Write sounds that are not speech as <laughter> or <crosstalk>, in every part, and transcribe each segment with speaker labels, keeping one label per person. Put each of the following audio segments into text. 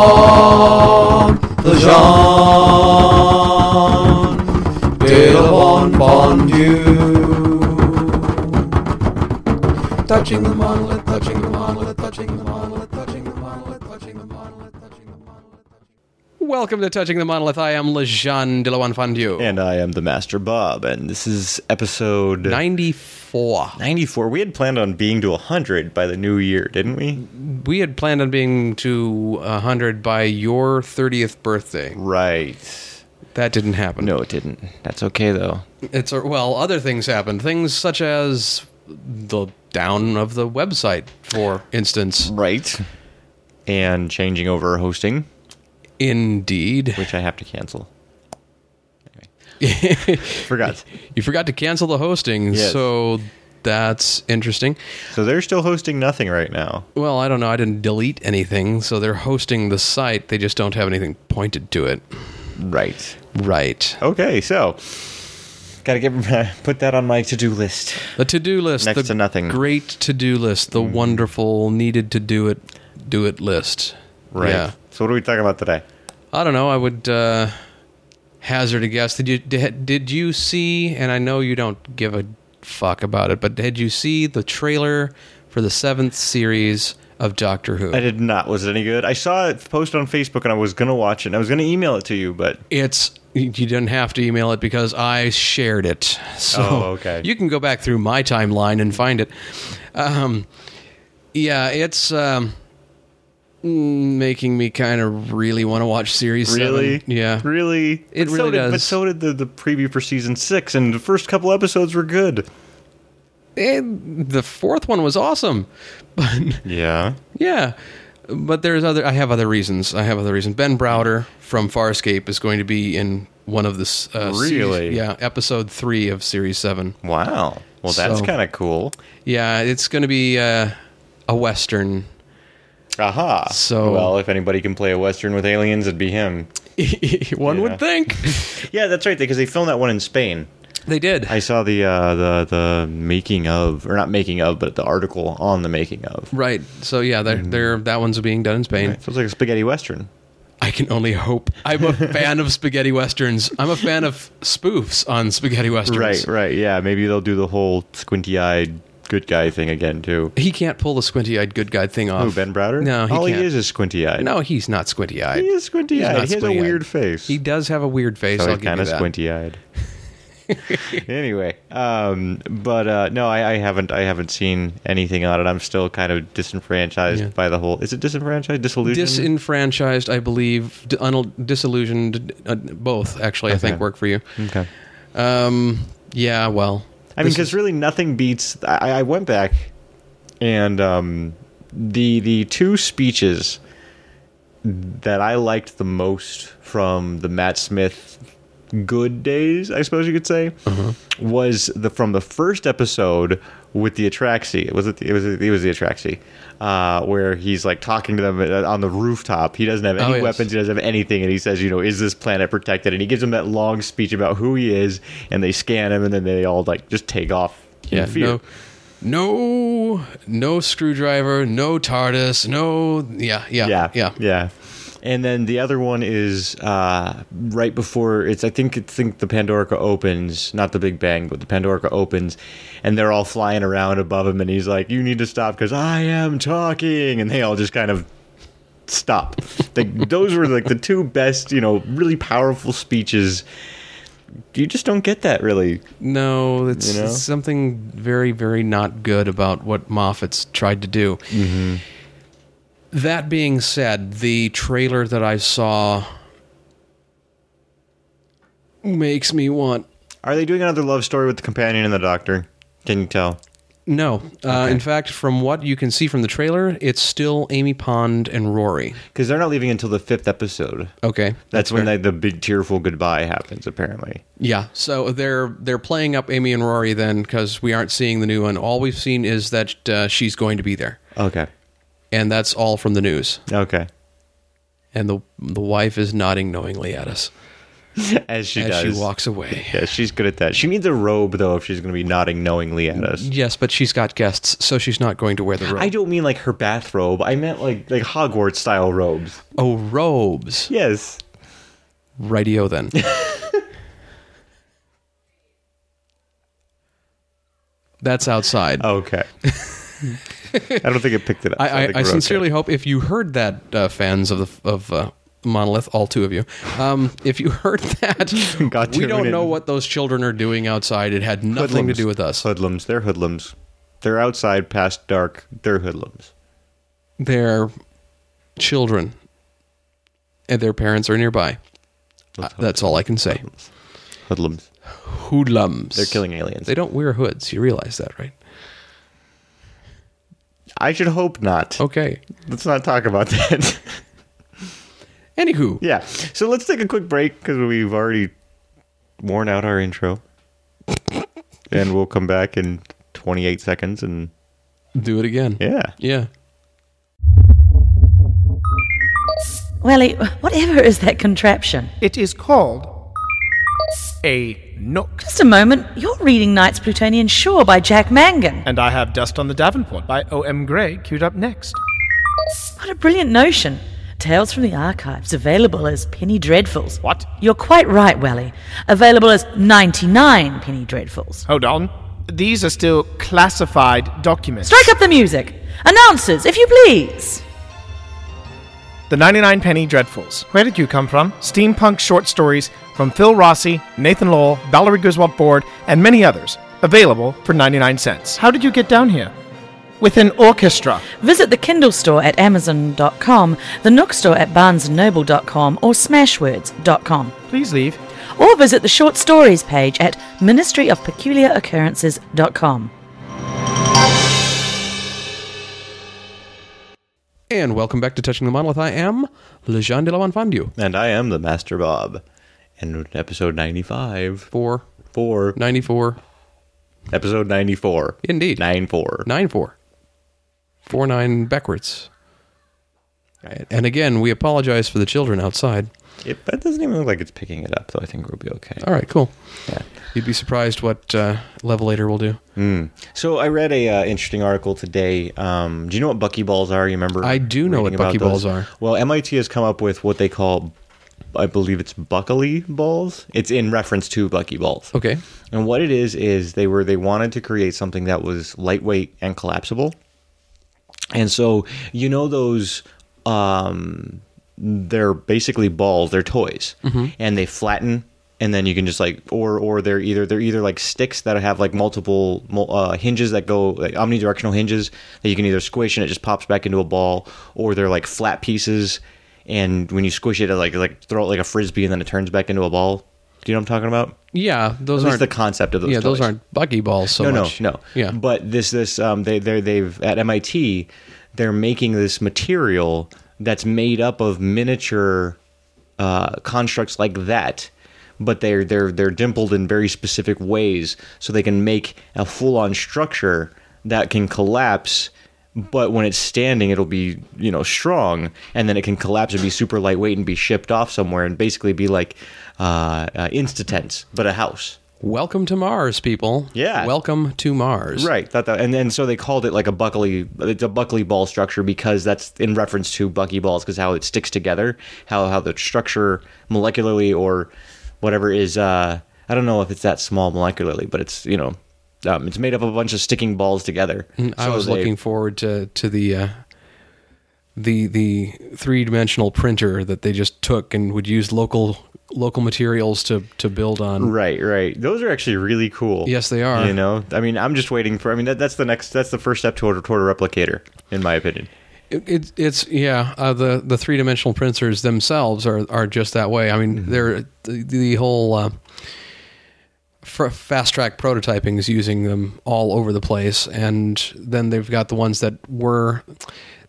Speaker 1: Pon, the Jean, de la Bon Fondue. Touching the monolith, touching the monolith, touching the monolith, touching the monolith, touching the monolith, touching the monolith.
Speaker 2: Welcome to Touching the Monolith. I am Lejean de la Wanfandieu.
Speaker 3: And uh, I am the Master Bob, and this is episode
Speaker 2: 94.
Speaker 3: 94. We had planned on being to 100 by the new year, didn't we?
Speaker 2: We had planned on being to 100 by your 30th birthday.
Speaker 3: Right.
Speaker 2: That didn't happen.
Speaker 3: No, it didn't. That's okay, though.
Speaker 2: It's uh, well, other things happened. Things such as the down of the website, for instance.
Speaker 3: Right. And changing over hosting,
Speaker 2: Indeed.
Speaker 3: which I have to cancel. <laughs> Anyway. Forgot.
Speaker 2: You forgot to cancel the hosting,
Speaker 3: Yes.
Speaker 2: so that's interesting.
Speaker 3: So they're still hosting nothing right now.
Speaker 2: Well, I don't know. I didn't delete anything, so they're hosting the site. They just don't have anything pointed to it.
Speaker 3: Right.
Speaker 2: Right.
Speaker 3: Okay, so. Gotta get put that on my to-do list.
Speaker 2: The to-do list,
Speaker 3: Next
Speaker 2: the
Speaker 3: to nothing. Mm-hmm.
Speaker 2: great to-do list, the wonderful needed to do it, do it list.
Speaker 3: Right.
Speaker 2: Yeah.
Speaker 3: So what are we talking about today?
Speaker 2: I don't know. I would uh, hazard a guess. Did you did, did you see? And I know you don't give a fuck about it, but did you see the trailer for the seventh series of Doctor Who?
Speaker 3: I did not. Was it any good? I saw it posted on Facebook and I was going to watch it and I was going to email it to you, but
Speaker 2: It's you didn't have to email it because I shared it. So
Speaker 3: Oh, okay.
Speaker 2: you can go back through my timeline and find it. Um, yeah, it's um, mm, making me kind of really want to watch series.
Speaker 3: really?
Speaker 2: seven. Yeah.
Speaker 3: Really?
Speaker 2: It
Speaker 3: but so
Speaker 2: really
Speaker 3: did, But
Speaker 2: does.
Speaker 3: so did the, the preview for season six and the first couple episodes were good.
Speaker 2: Eh, the fourth one was awesome, <laughs> but
Speaker 3: Yeah.
Speaker 2: yeah. But there's other. I have other reasons. I have other reasons. Ben Browder from Farscape is going to be in one of this. Uh, series-
Speaker 3: Really?
Speaker 2: yeah, episode three of series seven.
Speaker 3: Wow. Well, that's
Speaker 2: So-
Speaker 3: kind of cool.
Speaker 2: Yeah, it's going to be uh, a western.
Speaker 3: Aha.
Speaker 2: So-
Speaker 3: well, if anybody can play a western with aliens, it'd be him.
Speaker 2: <laughs> One
Speaker 3: Yeah.
Speaker 2: would think
Speaker 3: Yeah, that's right. Because they filmed that one in Spain.
Speaker 2: <laughs> they did.
Speaker 3: I saw the uh, the the making of, or not making of, but the article on the making of.
Speaker 2: right. So yeah, they're,
Speaker 3: Mm.
Speaker 2: they're, that one's being done in Spain.
Speaker 3: It feels like a spaghetti western.
Speaker 2: I can only hope. I'm
Speaker 3: <laughs>
Speaker 2: a fan of spaghetti westerns. I'm a fan of spoofs on spaghetti westerns.
Speaker 3: Right, right, yeah. Maybe they'll do the whole squinty-eyed good guy thing again too.
Speaker 2: He can't pull the squinty-eyed good guy thing off.
Speaker 3: Who, Ben Browder?
Speaker 2: No, he
Speaker 3: all
Speaker 2: can't.
Speaker 3: he is is squinty-eyed.
Speaker 2: No, he's not squinty-eyed.
Speaker 3: he is
Speaker 2: not
Speaker 3: squinty-eyed. He has a
Speaker 2: squinty-eyed.
Speaker 3: weird face.
Speaker 2: He does have a weird face.
Speaker 3: so
Speaker 2: I'll
Speaker 3: he's
Speaker 2: give you
Speaker 3: kind of
Speaker 2: that. <laughs>
Speaker 3: squinty-eyed. anyway, um, but uh, no, I, I haven't. I haven't seen anything on it. I'm still kind of disenfranchised
Speaker 2: Yeah.
Speaker 3: by the whole. Is it disenfranchised? Disillusioned?
Speaker 2: Disenfranchised, I believe. d- un- disillusioned, uh, both actually. I think
Speaker 3: Okay.
Speaker 2: work for you.
Speaker 3: okay.
Speaker 2: Um, yeah. Well,
Speaker 3: I mean,
Speaker 2: this
Speaker 3: because really nothing beats. I, I went back, and um, the the two speeches that I liked the most from the Matt Smith good days, I suppose you could say,
Speaker 2: Uh-huh.
Speaker 3: was the from the first episode with the Atraxi. Was it? The, it was. It was the Atraxi, uh, where he's like talking to them uh, on the rooftop. He doesn't have any
Speaker 2: Oh, yes.
Speaker 3: weapons. He doesn't have anything, and he says, "You know, is this planet protected?" And he gives them that long speech about who he is, and they scan him, and then they all like just take off. in
Speaker 2: yeah,
Speaker 3: fear.
Speaker 2: no, no, no screwdriver, no TARDIS, no. Yeah, yeah,
Speaker 3: yeah,
Speaker 2: yeah, yeah.
Speaker 3: yeah. And then the other one is uh, right before it's. I think it's think the Pandorica opens, not the Big Bang, but the Pandorica opens, and they're all flying around above him, and he's like, "You need to stop because I am talking," and they all just kind of stop. like those were like the two best, you know, really powerful speeches. You just don't get that really.
Speaker 2: No, it's,
Speaker 3: You know?
Speaker 2: it's something very, very not good about what Moffat's tried to do.
Speaker 3: Mm-hmm.
Speaker 2: That being said, the trailer that I saw makes me want
Speaker 3: Are they doing another love story with the companion and the doctor? Can you tell?
Speaker 2: no. Uh, In fact, from what you can see from the trailer, it's still Amy Pond and Rory.
Speaker 3: Because they're not leaving until the fifth episode.
Speaker 2: Okay,
Speaker 3: That's when
Speaker 2: fair.
Speaker 3: they, the big tearful goodbye happens, apparently.
Speaker 2: Yeah, so they're they're playing up Amy and Rory then because we aren't seeing the new one. All we've seen is that uh, she's going to be there,
Speaker 3: Okay.
Speaker 2: and that's all from the news.
Speaker 3: Okay.
Speaker 2: And the the wife is nodding knowingly at us.
Speaker 3: as she
Speaker 2: as
Speaker 3: does.
Speaker 2: she walks away.
Speaker 3: Yeah, she's good at that. She needs a robe though if she's going to be nodding knowingly at us.
Speaker 2: Yes, but she's got guests, so she's not going to wear the robe.
Speaker 3: I don't mean like her bathrobe. I meant like like Hogwarts style robes.
Speaker 2: oh, robes.
Speaker 3: Yes.
Speaker 2: Rightio
Speaker 3: <laughs>
Speaker 2: then. That's outside.
Speaker 3: <laughs> Okay. I don't think it picked it up. so
Speaker 2: I, I,
Speaker 3: think
Speaker 2: I
Speaker 3: we're okay.
Speaker 2: sincerely hope if you heard that, uh, fans of the of uh, Monolith, all two of you, um, if you <laughs> heard that,
Speaker 3: <laughs> Got
Speaker 2: we
Speaker 3: to
Speaker 2: don't
Speaker 3: tune
Speaker 2: know
Speaker 3: in.
Speaker 2: what those children are doing outside. It had nothing to do with us.
Speaker 3: Hoodlums. They're hoodlums. They're outside past dark. They're hoodlums.
Speaker 2: They're children, and their parents are nearby. Uh, that's all I can say.
Speaker 3: Hoodlums.
Speaker 2: Hoodlums.
Speaker 3: They're killing aliens.
Speaker 2: They don't wear hoods. You realize that, right?
Speaker 3: I should hope not.
Speaker 2: Okay.
Speaker 3: Let's not talk about that. <laughs>
Speaker 2: Anywho,
Speaker 3: yeah. So let's take a quick break because we've already worn out our intro. and we'll come back in 28 seconds and
Speaker 2: do it again.
Speaker 3: yeah.
Speaker 2: Yeah.
Speaker 4: Welly, whatever is that contraption?
Speaker 5: It is called a nook.
Speaker 4: Just a moment, you're reading Knight's Plutonian Shore by Jack Mangan.
Speaker 5: And I have Dust on the Davenport by O.M. Gray queued up next.
Speaker 4: What a brilliant notion. Tales from the Archives, available as Penny Dreadfuls.
Speaker 5: What?
Speaker 4: You're quite right, Welly. Available as 99 Penny Dreadfuls.
Speaker 5: Hold on. These are still classified documents.
Speaker 4: Strike up the music. Announcers, if you please.
Speaker 5: The 99 Penny Dreadfuls. Where did you come from? Steampunk short stories from Phil Rossi, Nathan Lowell, Valerie Griswold Ford, and many others. Available for 99 cents. How did you get down here? With an orchestra.
Speaker 4: Visit the Kindle store at Amazon.com, the Nook store at BarnesandNoble.com or Smashwords.com.
Speaker 5: Please leave.
Speaker 4: Or visit the short stories page at ministryofpeculiaroccurrences.com.
Speaker 2: And welcome back to Touching the Monolith. I am Lejean de la Monfandu
Speaker 3: And I am the Master Bob. And episode 95
Speaker 2: for
Speaker 3: 4
Speaker 2: 94
Speaker 3: episode 94.
Speaker 2: Indeed.
Speaker 3: 9 4.
Speaker 2: 9 4. 4 9 backwards. And again, we apologize for the children outside.
Speaker 3: It, but it doesn't even look like it's picking it up, so I think we'll be okay.
Speaker 2: All right, cool.
Speaker 3: Yeah.
Speaker 2: You'd be surprised what uh, Levelator will do.
Speaker 3: So I read a uh, interesting article today. Um, do you know what buckyballs are? You remember?
Speaker 2: I do know
Speaker 3: reading
Speaker 2: what
Speaker 3: about
Speaker 2: buckyballs
Speaker 3: those?
Speaker 2: are.
Speaker 3: Well, MIT has come up with what they call, I believe it's buckley balls. It's in reference to buckyballs.
Speaker 2: Okay.
Speaker 3: And what it is is they were they wanted to create something that was lightweight and collapsible. And so you know those um they're basically balls, they're toys. And they flatten and then you can just like or or they're either they're either like sticks that have like multiple mul- uh, hinges that go like omnidirectional hinges that you can either squish and it just pops back into a ball or they're like flat pieces and when you squish it it like like throw it like a frisbee and then it turns back into a ball. Do you know what I'm talking about?
Speaker 2: Yeah, those
Speaker 3: At least
Speaker 2: aren't
Speaker 3: the concept of those.
Speaker 2: Yeah, those
Speaker 3: toys.
Speaker 2: aren't buggy balls so
Speaker 3: No, no,
Speaker 2: much.
Speaker 3: no.
Speaker 2: Yeah.
Speaker 3: But this, this, um, they, they, they've at MIT, they're making this material that's made up of miniature uh, constructs like that, but they're they're they're dimpled in very specific ways, so they can make a full-on structure that can collapse. But when it's standing, it'll be you know strong, and then it can collapse and be super lightweight and be shipped off somewhere and basically be like uh, uh, instantens, but a house.
Speaker 2: Welcome to Mars, people.
Speaker 3: Yeah.
Speaker 2: Welcome to Mars.
Speaker 3: Right. Thought that, and and so they called it like a Buckley. It's a Buckley ball structure because that's in reference to Bucky balls because how it sticks together, how how the structure molecularly or whatever is. Uh, I don't know if it's that small molecularly, but it's you know, um, it's made up of a bunch of sticking balls together.
Speaker 2: Mm, I
Speaker 3: So
Speaker 2: was
Speaker 3: they-
Speaker 2: looking forward to to the uh, the the three dimensional printer that they just took and would use local local materials to to build on.
Speaker 3: Right, right. Those are actually really cool.
Speaker 2: Yes, they are.
Speaker 3: You know, I mean, I'm just waiting for. I mean, that, that's the next. That's the first step toward toward a replicator, in my opinion.
Speaker 2: It, it, it's yeah. Uh, the the three dimensional printers themselves are are just that way. I mean, they're the, the whole. Uh, fr- Fast track prototyping is using them all over the place, and then they've got the ones that were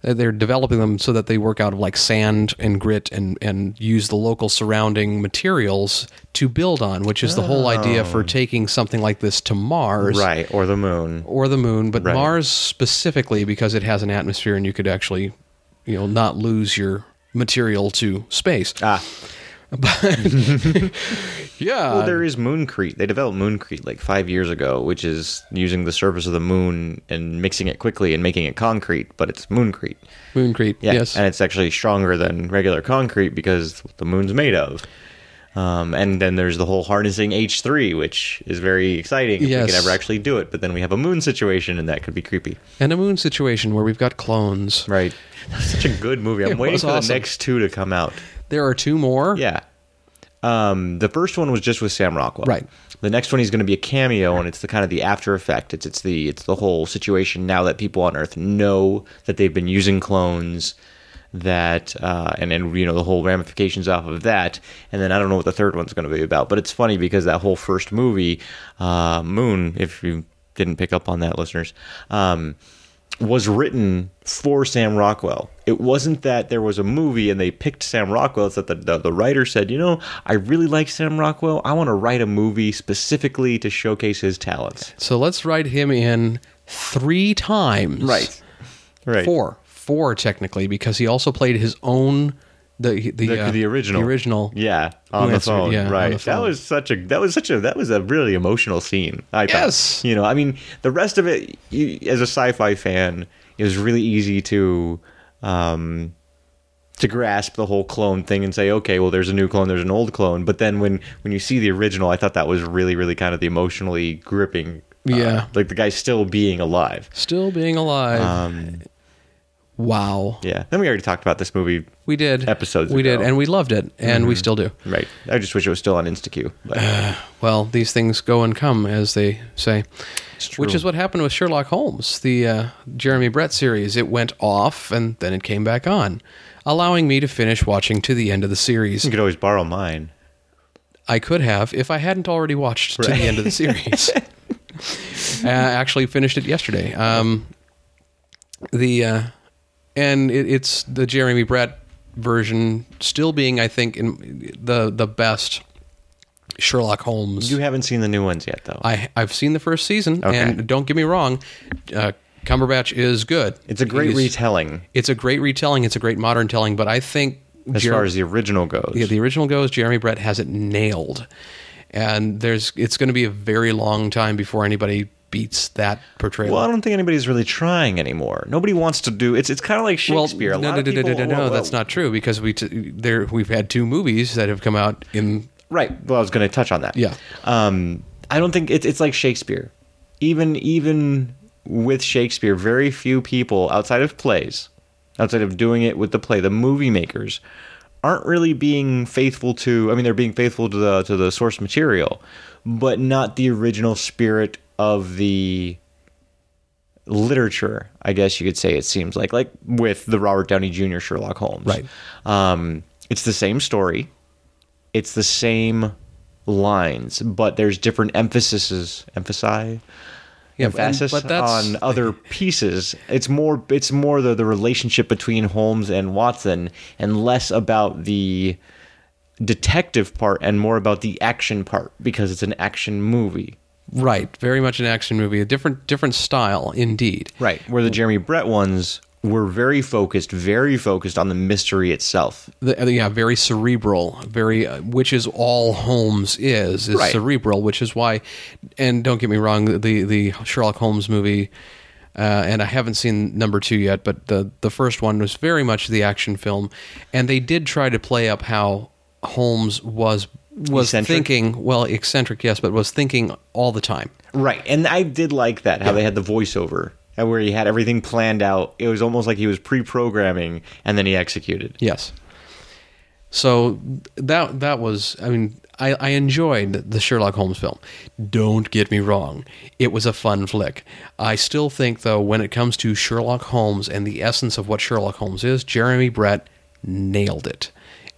Speaker 2: uh, they're developing them so that they work out of like sand and grit and and use the local surrounding materials to build on, which is the whole idea for taking something like this to Mars,
Speaker 3: Right, or the moon.
Speaker 2: or the moon, but
Speaker 3: Right.
Speaker 2: Mars specifically because it has an atmosphere and you could actually, you know, not lose your material to space.
Speaker 3: Ah,
Speaker 2: yeah.
Speaker 3: Well, there is mooncrete. They developed mooncrete like five years ago, which is using the surface of the moon and mixing it quickly and making it concrete, but it's mooncrete.
Speaker 2: Mooncrete.
Speaker 3: Yeah,
Speaker 2: Yes.
Speaker 3: and it's actually stronger than regular concrete because it's what the moon's made of. Um, and then there's the whole harnessing H3, which is very exciting if
Speaker 2: Yes.
Speaker 3: we could ever actually do it. But then we have a moon situation, and that could be creepy.
Speaker 2: and a moon situation where we've got clones.
Speaker 3: Right. That's <laughs> such a good movie. I'm
Speaker 2: It
Speaker 3: waiting
Speaker 2: was
Speaker 3: for
Speaker 2: awesome.
Speaker 3: the next two to come out.
Speaker 2: There are two more.
Speaker 3: Yeah. Um, the first one was just with Sam Rockwell.
Speaker 2: Right.
Speaker 3: The next one he's going to be a cameo, and it's the kind of the after effect. It's it's the it's the whole situation now that people on Earth know that they've been using clones, that uh, and and you know the whole ramifications off of that. And then I don't know what the third one's going to be about, but it's funny because that whole first movie, uh, Moon, if you didn't pick up on that, listeners. Um, was written for Sam Rockwell. It wasn't that there was a movie and they picked Sam Rockwell. It's that the, the, the writer said, you know, I really like Sam Rockwell. I want to write a movie specifically to showcase his talents.
Speaker 2: So let's write him in three times.
Speaker 3: Right.
Speaker 2: Four. Four technically, because he also played his own the the,
Speaker 3: The,
Speaker 2: uh,
Speaker 3: the original.
Speaker 2: The original.
Speaker 3: Yeah. On the
Speaker 2: answered,
Speaker 3: phone.
Speaker 2: yeah, on
Speaker 3: right.
Speaker 2: the phone.
Speaker 3: That was such a that was such a that was a really emotional scene. I thought.
Speaker 2: Yes.
Speaker 3: You know, I mean the rest of it you, as a sci fi fan, it was really easy to um to grasp the whole clone thing and say, okay, well, there's a new clone, there's an old clone. But then when when you see the original, I thought that was really, really kind of the emotionally gripping. uh,
Speaker 2: Yeah.
Speaker 3: like the guy still being alive.
Speaker 2: Still being alive.
Speaker 3: Um,
Speaker 2: wow.
Speaker 3: Yeah. Then we already talked about this movie,
Speaker 2: We did.
Speaker 3: Episodes
Speaker 2: We did,
Speaker 3: ago. Mm-hmm.
Speaker 2: and we loved it, and we still do.
Speaker 3: right? I just wish it was still on InstaQ. But
Speaker 2: <sighs> Well, these things go and come, as they say.
Speaker 3: true.
Speaker 2: Which is what happened with Sherlock Holmes, the uh, Jeremy Brett series. It went off and then it came back on, allowing me to finish watching to the end of the series.
Speaker 3: you could always borrow mine.
Speaker 2: I could have if I hadn't already watched to the end of the series. uh, actually, finished it yesterday. Um, the uh, and it, it's the Jeremy Brett version still being, I think, in the the best Sherlock Holmes.
Speaker 3: You haven't seen the new ones yet, though.
Speaker 2: I I've seen the first season,
Speaker 3: Okay.
Speaker 2: and don't get me wrong, uh, Cumberbatch is good.
Speaker 3: it's a great
Speaker 2: He's-
Speaker 3: retelling
Speaker 2: It's a great retelling. It's a great modern telling. But I think
Speaker 3: as
Speaker 2: Jer-
Speaker 3: far as the original goes.
Speaker 2: yeah, the original goes, Jeremy Brett has it nailed, and there's it's going to be a very long time before anybody beats that portrayal.
Speaker 3: well, I don't think anybody's really trying anymore. Nobody wants to do. It's it's kind of like
Speaker 2: Well,
Speaker 3: Shakespeare. a
Speaker 2: no,
Speaker 3: lot
Speaker 2: no,
Speaker 3: of
Speaker 2: no, no,
Speaker 3: people,
Speaker 2: no, no,
Speaker 3: well,
Speaker 2: that's
Speaker 3: well,
Speaker 2: not true because we t- there we've had two movies that have come out in
Speaker 3: right. Well, I was going to touch on that.
Speaker 2: Yeah.
Speaker 3: Um, I don't think it's it's like Shakespeare. Even even with Shakespeare, very few people outside of plays, outside of doing it with the play, the movie makers aren't really being faithful to. I mean, they're being faithful to the to the source material, but not the original spirit of the literature, I guess you could say it seems like, like with the Robert Downey Jr. Sherlock Holmes.
Speaker 2: Right.
Speaker 3: Um, it's the same story, it's the same lines, but there's different emphases, emphasize,
Speaker 2: Yeah, but-
Speaker 3: emphasis
Speaker 2: but that's-
Speaker 3: on other pieces. It's more, it's more the the relationship between Holmes and Watson, and less about the detective part and more about the action part because it's an action movie.
Speaker 2: right, very much an action movie, a different different style indeed.
Speaker 3: Right. Where the Jeremy Brett ones were very focused, very focused on the mystery itself.
Speaker 2: the, uh, yeah, very cerebral, very uh, which is all Holmes is is
Speaker 3: Right.
Speaker 2: cerebral, which is why. And don't get me wrong, the the Sherlock Holmes movie, uh, and I haven't seen number two yet, but the the first one was very much the action film, and they did try to play up how Holmes was was
Speaker 3: Eccentric?
Speaker 2: thinking well eccentric yes but was thinking all the time
Speaker 3: Right. And I did like that, how they had the voiceover and where he had everything planned out. It was almost like he was pre programming and then he executed.
Speaker 2: Yes. So that that was I mean I, I enjoyed the Sherlock Holmes film. Don't get me wrong, it was a fun flick. I still think though when it comes to Sherlock Holmes and the essence of what Sherlock Holmes is, Jeremy Brett nailed it.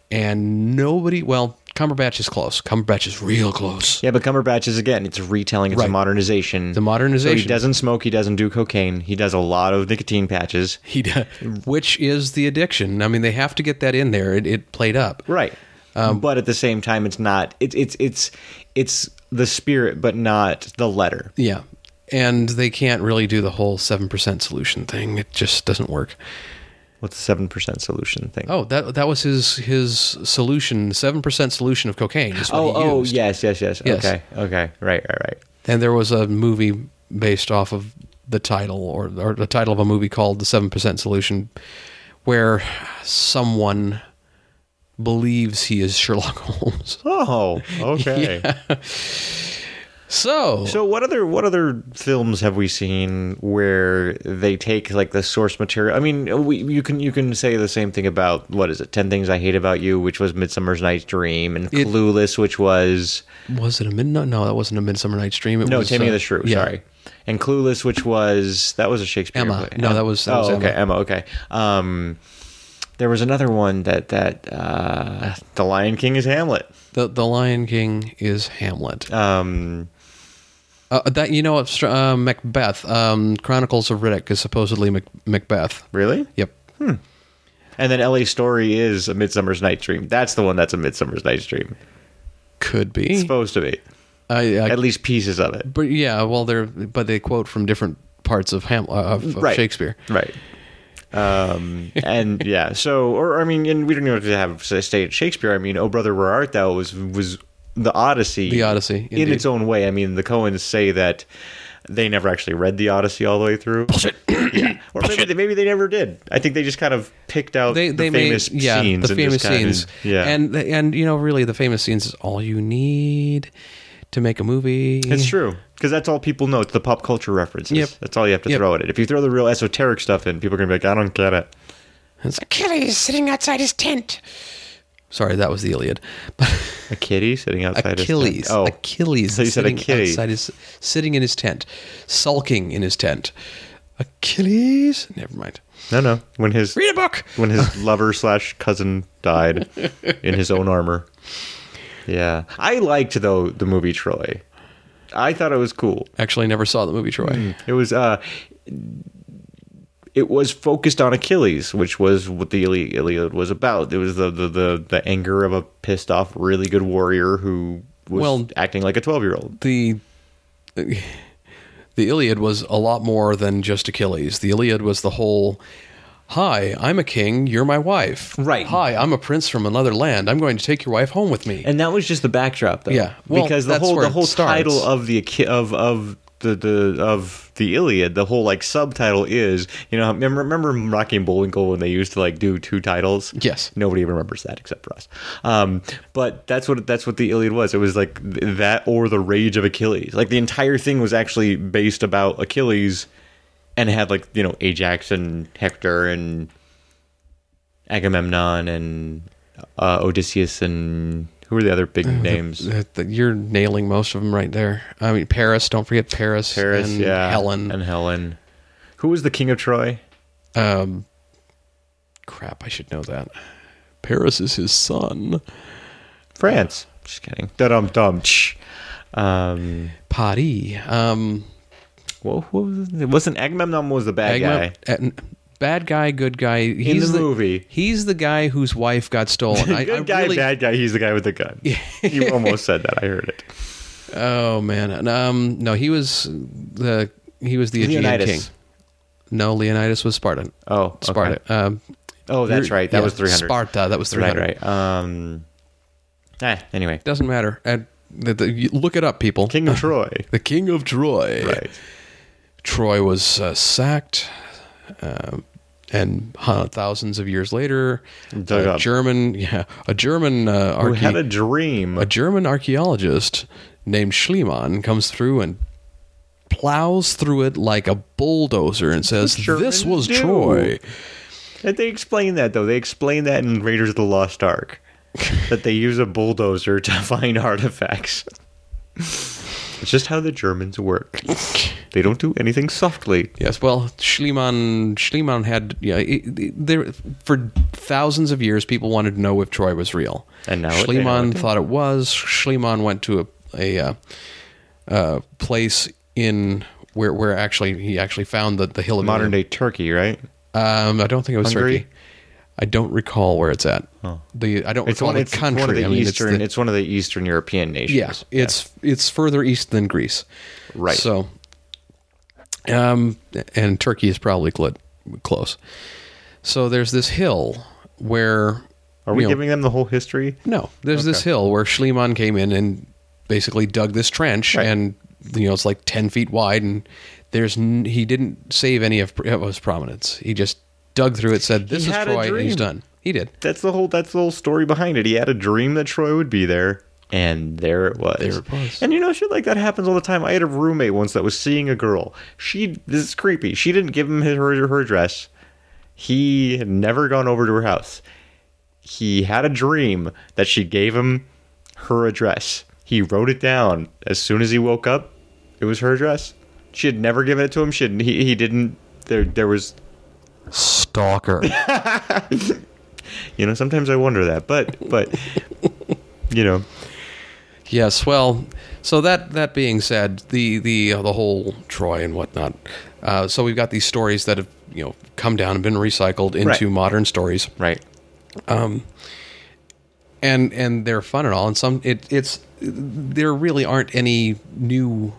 Speaker 2: And nobody well, Cumberbatch is close. Cumberbatch is real close.
Speaker 3: Yeah, but Cumberbatch is again, it's a retelling, it's
Speaker 2: Right.
Speaker 3: a modernization.
Speaker 2: a modernization.
Speaker 3: So he doesn't smoke, he doesn't do cocaine, he does a lot of nicotine patches.
Speaker 2: He does, which is the addiction. I mean, they have to get that in there. It, it played up.
Speaker 3: Right. but at the same time it's not it's it's it's it's the spirit but not the letter.
Speaker 2: Yeah. And they can't really do the whole 7% solution thing. It just doesn't work.
Speaker 3: What's the seven percent solution thing?
Speaker 2: Oh, that that was his his solution, seven percent solution of cocaine. Is what
Speaker 3: oh,
Speaker 2: he
Speaker 3: oh,
Speaker 2: used.
Speaker 3: yes, yes, yes,
Speaker 2: Yes.
Speaker 3: Okay, okay, right, right, right.
Speaker 2: And there was a movie based off of the title, or or the title of a movie called "The Seven Percent Solution," where someone believes he is Sherlock <laughs> Holmes.
Speaker 3: Oh,
Speaker 2: <laughs>
Speaker 3: okay.
Speaker 2: So,
Speaker 3: So, what other what other films have we seen where they take like the source material? I mean, we, you can you can say the same thing about what is it? Ten Things I Hate About You, which was Midsummer's Night's Dream, and
Speaker 2: It-
Speaker 3: Clueless, which was
Speaker 2: was it a midnight? No, that wasn't a Midsummer Night's Dream. It
Speaker 3: no
Speaker 2: was,
Speaker 3: Taming
Speaker 2: uh,
Speaker 3: of the Shrew.
Speaker 2: yeah.
Speaker 3: Sorry, and Clueless, which was that was a Shakespeare.
Speaker 2: Emma.
Speaker 3: play.
Speaker 2: No, that was- that
Speaker 3: oh
Speaker 2: was Emma.
Speaker 3: okay Emma okay. Um, there was another one that that uh, The Lion King is Hamlet.
Speaker 2: The The Lion King is Hamlet.
Speaker 3: Um,
Speaker 2: Uh, that you know, it's, uh, Macbeth. Um, Chronicles of Riddick is supposedly Mac- Macbeth.
Speaker 3: really?
Speaker 2: Yep.
Speaker 3: And then L.A. Story is a Midsummer's Night Dream. That's the one that's a Midsummer's Night's Dream.
Speaker 2: Could
Speaker 3: It's
Speaker 2: be.
Speaker 3: supposed to be.
Speaker 2: I, I,
Speaker 3: At least pieces of it.
Speaker 2: but yeah, well, they're but they quote from different parts of Ham uh, of, of
Speaker 3: Right.
Speaker 2: Shakespeare.
Speaker 3: Right. Um,
Speaker 2: <laughs>
Speaker 3: and yeah, so or I mean, and we don't even have to have say, stay at Shakespeare. I mean, Oh Brother Where Art Thou was was the Odyssey.
Speaker 2: The Odyssey,
Speaker 3: in
Speaker 2: indeed.
Speaker 3: its own way. I mean, the Coens say that they never actually read the Odyssey all the way through. Bullshit. <clears throat> yeah. Or maybe they, maybe they never did. I think they just kind of picked out
Speaker 2: They
Speaker 3: the
Speaker 2: they
Speaker 3: famous
Speaker 2: made yeah
Speaker 3: scenes.
Speaker 2: the
Speaker 3: and just
Speaker 2: famous
Speaker 3: kind of-
Speaker 2: scenes
Speaker 3: yeah.
Speaker 2: and and you know really the famous scenes is all you need to make a movie.
Speaker 3: It's true because that's all people know. It's the pop culture references.
Speaker 2: Yep.
Speaker 3: That's all you have to
Speaker 2: Yep.
Speaker 3: throw at it. If you throw the real esoteric stuff in, people are gonna be like, "I don't get it."
Speaker 2: It's Achilles sitting outside his tent. Sorry, that was the Iliad. <laughs>
Speaker 3: A kitty sitting outside. his
Speaker 2: Achilles.
Speaker 3: tent. Oh,
Speaker 2: Achilles.
Speaker 3: So you said
Speaker 2: sitting
Speaker 3: Achilles.
Speaker 2: outside his, sitting in his tent, sulking in his tent. Achilles. Never mind.
Speaker 3: No, no. When his
Speaker 2: Read a book.
Speaker 3: when <laughs> his lover slash cousin died in his own armor. Yeah, I liked though the movie Troy. I thought it was cool.
Speaker 2: Actually, never saw the movie Troy.
Speaker 3: It was uh, it was focused on Achilles, which was what the Ili- Iliad was about. It was the the the, the anger of a pissed off, really good warrior who was
Speaker 2: Well-
Speaker 3: acting like a twelve year old.
Speaker 2: The the Iliad was a lot more than just Achilles. The Iliad was the whole. Hi, I'm a king. You're my wife.
Speaker 3: Right.
Speaker 2: Hi, I'm a prince from another land. I'm going to take your wife home with me.
Speaker 3: And that was just the backdrop, though.
Speaker 2: Yeah. Well,
Speaker 3: because the
Speaker 2: that's
Speaker 3: whole
Speaker 2: where
Speaker 3: the
Speaker 2: it
Speaker 3: whole
Speaker 2: starts.
Speaker 3: title of the Achi- of of the, the of the Iliad, the whole like subtitle is you know remember, remember Rocky and Bullwinkle when they used to like do two titles?
Speaker 2: Yes.
Speaker 3: nobody even remembers that except for us. Um, but that's what that's what the Iliad was. It was like th- that or the Rage of Achilles. Like the entire thing was actually based about Achilles, and had like you know Ajax and Hector and Agamemnon and uh, Odysseus and who were the other big
Speaker 2: Mm-hmm.
Speaker 3: names?
Speaker 2: That- that- You're nailing most of them right there. I mean, Paris. Don't forget Paris.
Speaker 3: Paris,
Speaker 2: and
Speaker 3: yeah,
Speaker 2: Helen.
Speaker 3: and Helen. Who was the king of Troy?
Speaker 2: Um, crap, I should know that. Paris is his son.
Speaker 3: France. Just kidding. Dum dum. Um,
Speaker 2: Paris. Um,
Speaker 3: well, who was it? wasn't Agamemnon was the bad guy?
Speaker 2: Agma- uh, n- bad guy, good guy. He's
Speaker 3: the movie.
Speaker 2: He's the guy whose wife got
Speaker 3: <laughs>
Speaker 2: stolen. <laughs> I,
Speaker 3: Good
Speaker 2: I
Speaker 3: guy,
Speaker 2: really-
Speaker 3: bad guy. He's the guy with
Speaker 2: <laughs>
Speaker 3: the gun. you almost said that. I heard it.
Speaker 2: Oh man. And, um, no, he was the he was the Aegean
Speaker 3: Leonidas.
Speaker 2: king. No, Leonidas was Spartan.
Speaker 3: Oh, okay.
Speaker 2: Sparta. Um,
Speaker 3: Oh, that's
Speaker 2: you're-
Speaker 3: right. That
Speaker 2: yeah,
Speaker 3: was three hundred.
Speaker 2: Sparta. That was three
Speaker 3: Right,
Speaker 2: hundred.
Speaker 3: right. Um, eh, anyway,
Speaker 2: Doesn't matter. And the, the, you- look it up, people.
Speaker 3: king of Troy.
Speaker 2: The king of Troy.
Speaker 3: <laughs> Right.
Speaker 2: Troy was uh, sacked, uh, and uh, thousands of years later,
Speaker 3: Dug
Speaker 2: a
Speaker 3: up.
Speaker 2: German, yeah, a German uh,
Speaker 3: Who had
Speaker 2: archae-
Speaker 3: a dream?
Speaker 2: a German archaeologist named Schliemann comes through and plows through it like a bulldozer and says, "This
Speaker 3: Germans
Speaker 2: was
Speaker 3: do."
Speaker 2: Troy."
Speaker 3: And they explain that though. They explain that in Raiders of the
Speaker 2: <laughs>
Speaker 3: Lost Ark that they use a bulldozer to <laughs> find artifacts. it's just how the Germans
Speaker 2: <laughs>
Speaker 3: work. They don't do anything softly.
Speaker 2: Yes, well, Schliemann Schliemann had yeah. It, it- there for thousands of years, people wanted to know if Troy was real,
Speaker 3: And now it-
Speaker 2: Schliemann
Speaker 3: now it is.
Speaker 2: thought it was. Schliemann went to a a uh, uh, place in where where actually he actually found the the hill of
Speaker 3: Modern day Turkey, right?
Speaker 2: Um, I don't think it was
Speaker 3: Hungary?
Speaker 2: Turkey. I don't recall where it's at. The I don't
Speaker 3: It's
Speaker 2: recall
Speaker 3: one.
Speaker 2: the
Speaker 3: It's
Speaker 2: country.
Speaker 3: one of the
Speaker 2: I mean,
Speaker 3: Eastern.
Speaker 2: it's
Speaker 3: It's,
Speaker 2: the-
Speaker 3: one of the Eastern European nations.
Speaker 2: yeah, it's it's further east than Greece.
Speaker 3: Right.
Speaker 2: So, um, and Turkey is probably cl- close. So there's this hill where
Speaker 3: Are we
Speaker 2: you know,
Speaker 3: giving them the whole history?
Speaker 2: No, there's this hill where Schliemann came in and basically dug this trench,
Speaker 3: Right.
Speaker 2: and you know it's like ten feet wide, and there's n- he didn't save any of, of his prominence. He just dug through it, said this is
Speaker 3: had a
Speaker 2: Troy, and he's
Speaker 3: dream.
Speaker 2: done. He did.
Speaker 3: That's the whole that's the whole story behind it. He had a dream that Troy would be there, and there it was.
Speaker 2: There it was.
Speaker 3: And you know, shit like that happens all the time. I had a roommate once that was seeing a girl. She this is creepy. She didn't give him his, her her dress. He had never gone over to her house. He had a dream that she gave him her address. He wrote it down as soon as he woke up. It was her address. She had never given it to him. She had, he, he didn't. There there was
Speaker 2: Stalker.
Speaker 3: you know. Sometimes I wonder that, but but you know.
Speaker 2: yes. Well, so that that being said, the the uh, the whole Troy and whatnot. Uh, so we've got these stories that have you know come down and been recycled into
Speaker 3: Right.
Speaker 2: modern stories.
Speaker 3: Right.
Speaker 2: and and they're fun and all and some it it's there really aren't any new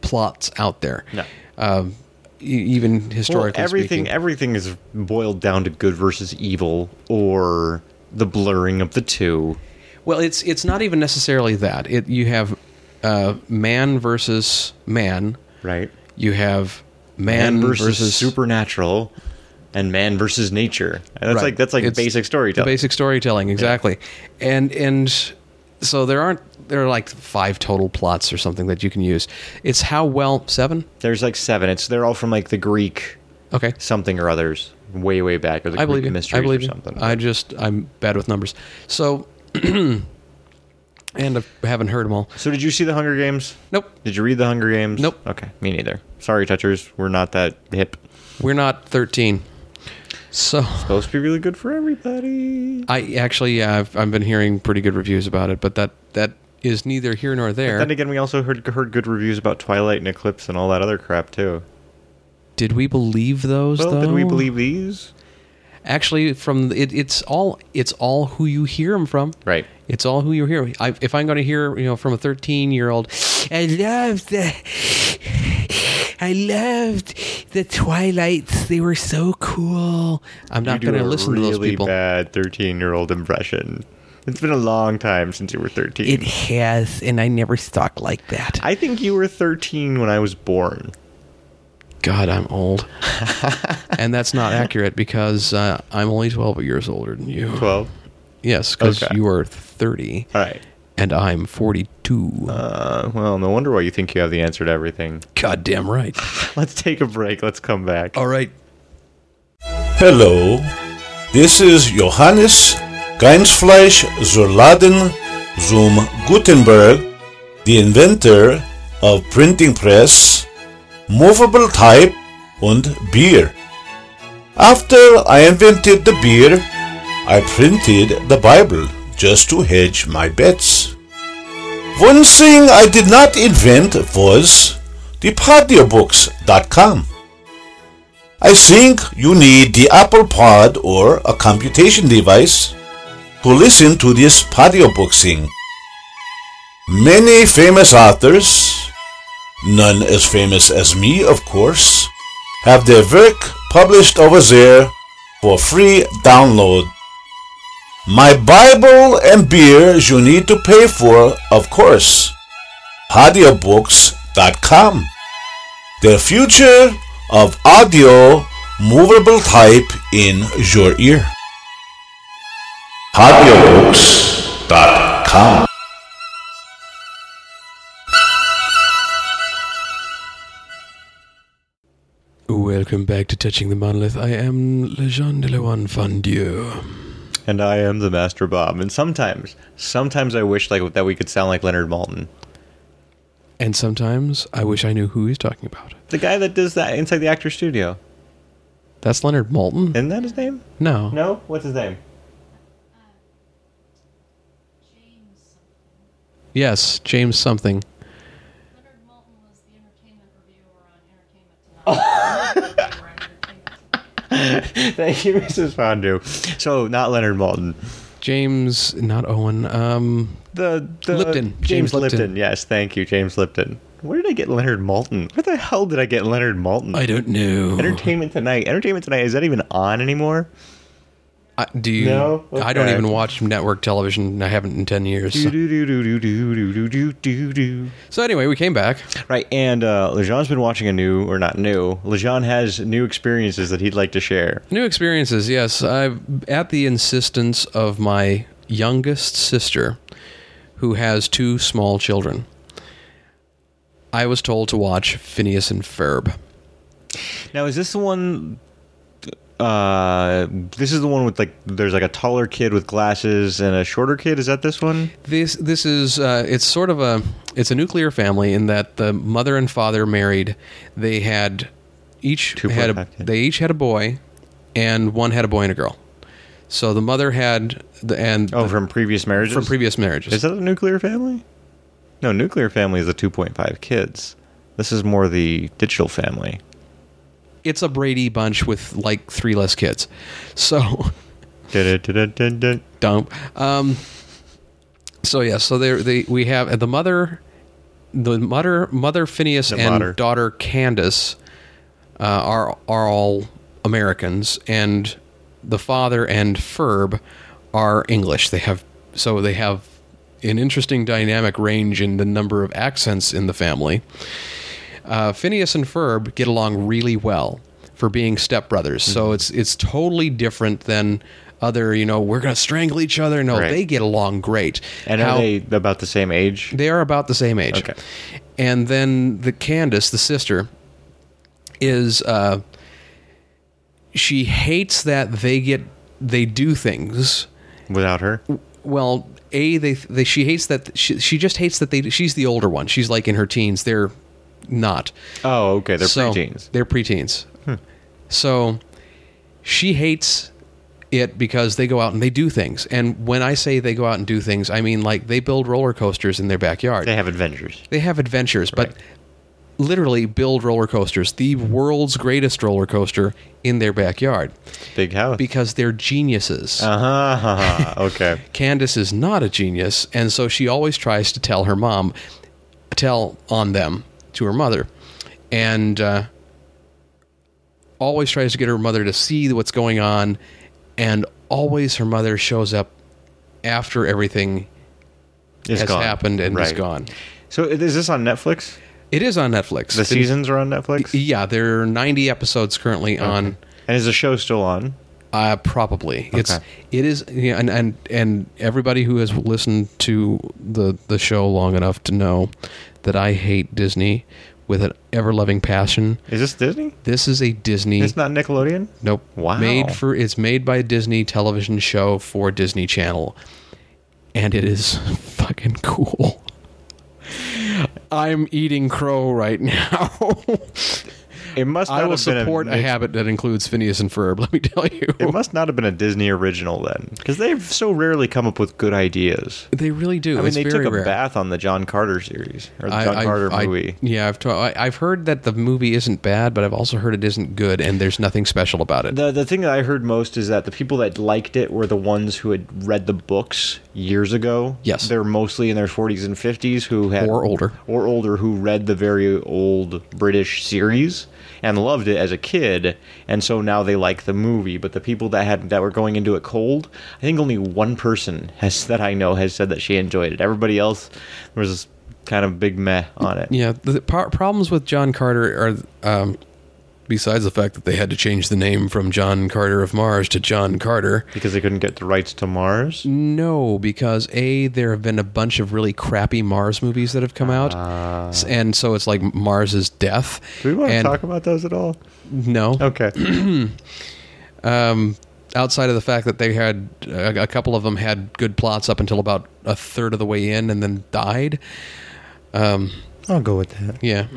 Speaker 2: plots out there
Speaker 3: No.
Speaker 2: um, e- even
Speaker 3: Well,
Speaker 2: historically
Speaker 3: everything
Speaker 2: speaking
Speaker 3: everything is boiled down to good versus evil or the blurring of the two.
Speaker 2: well it's it's not even necessarily that it you have uh, man versus man
Speaker 3: Right.
Speaker 2: you have man,
Speaker 3: Man versus,
Speaker 2: super
Speaker 3: supernatural and man versus nature. And that's
Speaker 2: Right.
Speaker 3: like that's like
Speaker 2: It's
Speaker 3: basic
Speaker 2: the
Speaker 3: storytelling.
Speaker 2: basic storytelling exactly and and so there aren't there are like five total plots or something that you can use it's how well seven
Speaker 3: There's like seven. It's they're all from like the Greek
Speaker 2: okay
Speaker 3: something or others way way back or the
Speaker 2: I
Speaker 3: Greek
Speaker 2: believe you.
Speaker 3: mysteries
Speaker 2: I believe
Speaker 3: or
Speaker 2: you.
Speaker 3: something.
Speaker 2: I just I'm bad with numbers. So, <clears throat> and I haven't heard them all.
Speaker 3: so did you see the Hunger Games?
Speaker 2: Nope,
Speaker 3: Did you read the Hunger Games?
Speaker 2: Nope.
Speaker 3: Okay, me neither. Sorry, touchers, we're not that hip.
Speaker 2: we're not 13. So
Speaker 3: Supposed to be really good for everybody.
Speaker 2: I actually yeah, I've, I've been hearing pretty good reviews about it, but that that is neither here nor there.
Speaker 3: Then again, we also heard heard good reviews about Twilight and Eclipse and all that other crap too.
Speaker 2: Did we believe those?
Speaker 3: Well,
Speaker 2: though?
Speaker 3: did we believe these?
Speaker 2: Actually, from the- it, it's all it's all who you hear them from.
Speaker 3: Right.
Speaker 2: It's all who you hear. I, if I'm going to hear, you know, from a 13 year old, I loved the, I loved the Twilights. They were so cool. I'm not going to listen
Speaker 3: really
Speaker 2: to those people.
Speaker 3: bad thirteen-year-old impression. It's been a long time since you were thirteen.
Speaker 2: It has, and I never talk like that.
Speaker 3: I think you were thirteen when I was born.
Speaker 2: God, I'm
Speaker 3: <laughs>
Speaker 2: old, and that's not accurate because uh, I'm only 12 years older than you. <sighs>
Speaker 3: Twelve.
Speaker 2: Yes, because
Speaker 3: Okay.
Speaker 2: you are 30,
Speaker 3: All right.
Speaker 2: and I'm 42.
Speaker 3: Uh, well, no wonder why you think you have the answer to everything. <laughs>
Speaker 2: Goddamn right.
Speaker 3: Let's take a break. Let's come back.
Speaker 2: All right,
Speaker 6: Hello, this is Johannes Geinsfleisch zur Laden zum Gutenberg, the inventor of printing press, movable type and beer. After I invented the beer, I printed the Bible just to hedge my bets. One thing I did not invent was the podiobooks.com. I think you need the Apple Pod or a computation device to listen to this audiobook thing. Many famous authors, none as famous as me, of course, have their work published over there for free download. My Bible and beers you need to pay for, of course. Audiobooks.com the future of audio movable type in your ear. Audiobooks.com
Speaker 2: Welcome back to Touching the Monolith. I am Lejean de Lewan Fondieu.
Speaker 3: And I am the Master Bob. And sometimes, sometimes I wish like that we could sound like Leonard Maltin,
Speaker 2: And sometimes I wish I knew who he's talking about.
Speaker 3: the guy that does that inside the Actor Studio.
Speaker 2: That's Leonard Maltin?
Speaker 3: Isn't that his name?
Speaker 2: No.
Speaker 3: No. What's his name? <laughs>
Speaker 2: Yes, James something.
Speaker 7: Leonard Moulton was the entertainment reviewer on Entertainment Tonight. Reviewer on Entertainment Tonight.
Speaker 3: Thank you, Mrs. Fondue. So not Leonard Maltin.
Speaker 2: James, not Owen. Um,
Speaker 3: The, the
Speaker 2: Lipton.
Speaker 3: James
Speaker 2: James
Speaker 3: Lipton.
Speaker 2: Lipton.
Speaker 3: Yes, thank you, James Lipton. Where did I get Leonard Malton? Where the hell did I get Leonard Malton?
Speaker 2: don't know.
Speaker 3: Entertainment Tonight. Entertainment Tonight. Is that even on anymore?
Speaker 2: I, do you?
Speaker 3: No?
Speaker 2: I don't
Speaker 3: Okay.
Speaker 2: even watch network television. I haven't in ten years. So,
Speaker 3: Do-do-do-do-do-do-do-do-do.
Speaker 2: so anyway, we came back.
Speaker 3: Right, and uh, Lejean's been watching a new, or not new. Lejean has new experiences that he'd like to share.
Speaker 2: New experiences, yes. I've at the insistence of my youngest sister, who has two small children. I was told to watch Phineas and Ferb.
Speaker 3: Now, is this the one? Uh, this is the one with like, there's like a taller kid with glasses and a shorter kid. Is that this one?
Speaker 2: This this is uh, it's sort of a it's a nuclear family in that the mother and father married. They had each
Speaker 3: Two
Speaker 2: had a,
Speaker 3: black kids.
Speaker 2: they each had a boy, and one had a boy and a girl. So the mother had the and
Speaker 3: Oh,
Speaker 2: the-
Speaker 3: from previous marriages.
Speaker 2: from previous marriages.
Speaker 3: Is that a nuclear family? No, nuclear family is the 2.5 kids. This is more the
Speaker 2: <laughs>
Speaker 3: digital family.
Speaker 2: it's a Brady bunch with like three less kids. So <laughs>
Speaker 3: Da-da-da-da-da-da.
Speaker 2: dump. Um, so yeah, so there they we have uh, the mother, the mother, mother Phineas
Speaker 3: The
Speaker 2: and
Speaker 3: mother.
Speaker 2: daughter Candace uh, are are all Americans, and the father and Ferb are English. They have so they have an interesting dynamic range in the number of accents in the family. Uh, Phineas and Ferb get along really well for being stepbrothers. So
Speaker 3: Mm-hmm.
Speaker 2: it's it's totally different than other, you know, we're going to strangle each other. No,
Speaker 3: Right.
Speaker 2: they get along great.
Speaker 3: And
Speaker 2: How-
Speaker 3: are they about the same age?
Speaker 2: they are about the same age.
Speaker 3: Okay.
Speaker 2: And then the Candace, the sister, is uh, she hates that they get they do things.
Speaker 3: Without her?
Speaker 2: Well, a they, they she hates that she, she just hates that they she's the older one. She's like in her teens. They're not.
Speaker 3: Oh, okay. They're
Speaker 2: So,
Speaker 3: preteens. Hmm.
Speaker 2: They're preteens. So she hates it because they go out and they do things. And when I say they go out and do things, I mean like they build roller coasters in their backyard.
Speaker 3: They have adventures.
Speaker 2: They have adventures, but literally build roller coasters, the world's greatest roller coaster in their backyard
Speaker 3: Big house.
Speaker 2: because they're geniuses.
Speaker 3: Uh, uh-huh.
Speaker 2: <laughs>
Speaker 3: okay.
Speaker 2: Candace is not a genius, and so she always tries to tell her mom, tell on them to her mother, and uh, always tries to get her mother to see what's going on, and always her mother shows up after everything
Speaker 3: It's
Speaker 2: has
Speaker 3: gone.
Speaker 2: happened and is
Speaker 3: Right.
Speaker 2: gone.
Speaker 3: So is this on Netflix?
Speaker 2: It is on Netflix. It
Speaker 3: The
Speaker 2: is-
Speaker 3: seasons are on Netflix?
Speaker 2: Yeah, there are 90 episodes currently on.
Speaker 3: And is the show still on?
Speaker 2: Uh, probably it's
Speaker 3: Okay.
Speaker 2: it is yeah, and and and everybody who has listened to the the show long enough to know that I hate Disney with an ever loving passion.
Speaker 3: Is this Disney?
Speaker 2: This is a Disney.
Speaker 3: It's not Nickelodeon?
Speaker 2: nope.
Speaker 3: Wow.
Speaker 2: Made for it's made by a Disney television show for Disney Channel, and it is <laughs> fucking cool. I'm eating crow right now.
Speaker 3: It must
Speaker 2: <laughs>
Speaker 3: not
Speaker 2: I will
Speaker 3: have been
Speaker 2: support a
Speaker 3: Nick-
Speaker 2: habit that includes Phineas and Ferb. <laughs> Let me tell you.
Speaker 3: It must not have been a Disney original then, because they've so rarely come up with good ideas.
Speaker 2: They really do.
Speaker 3: I mean,
Speaker 2: it's
Speaker 3: they
Speaker 2: very
Speaker 3: took a
Speaker 2: rare.
Speaker 3: bath on the John Carter series or the John Carter movie.
Speaker 2: yeah, I've, ta- I, I've heard that the movie isn't bad, but I've also heard it isn't good, and there's nothing special about it.
Speaker 3: the the thing that I heard most is that the people that liked it were the ones who had read the books years ago.
Speaker 2: Yes.
Speaker 3: they're mostly in their 40s and 50s who had
Speaker 2: Or older.
Speaker 3: or older who read the very old British series and loved it as a kid, and so now they like the movie. But the people that had that were going into it cold, I think only one person has that I know has said that she enjoyed it. Everybody else was this kind of big meh on it.
Speaker 2: yeah, the par- problems with John Carter are, um, besides the fact that they had to change the name from John Carter of Mars to John Carter.
Speaker 3: Because they couldn't get the rights to Mars.
Speaker 2: No, because a there have been a bunch of really crappy Mars movies that have come out, S- and so it's like Mars is death.
Speaker 3: Do we want to
Speaker 2: and
Speaker 3: talk about those at all?
Speaker 2: No,
Speaker 3: Okay.
Speaker 2: um, outside of the fact that they had a, a couple of them had good plots up until about a third of the way in and then died.
Speaker 3: <clears throat> I'll go with
Speaker 2: <clears throat>
Speaker 3: that.
Speaker 2: Yeah,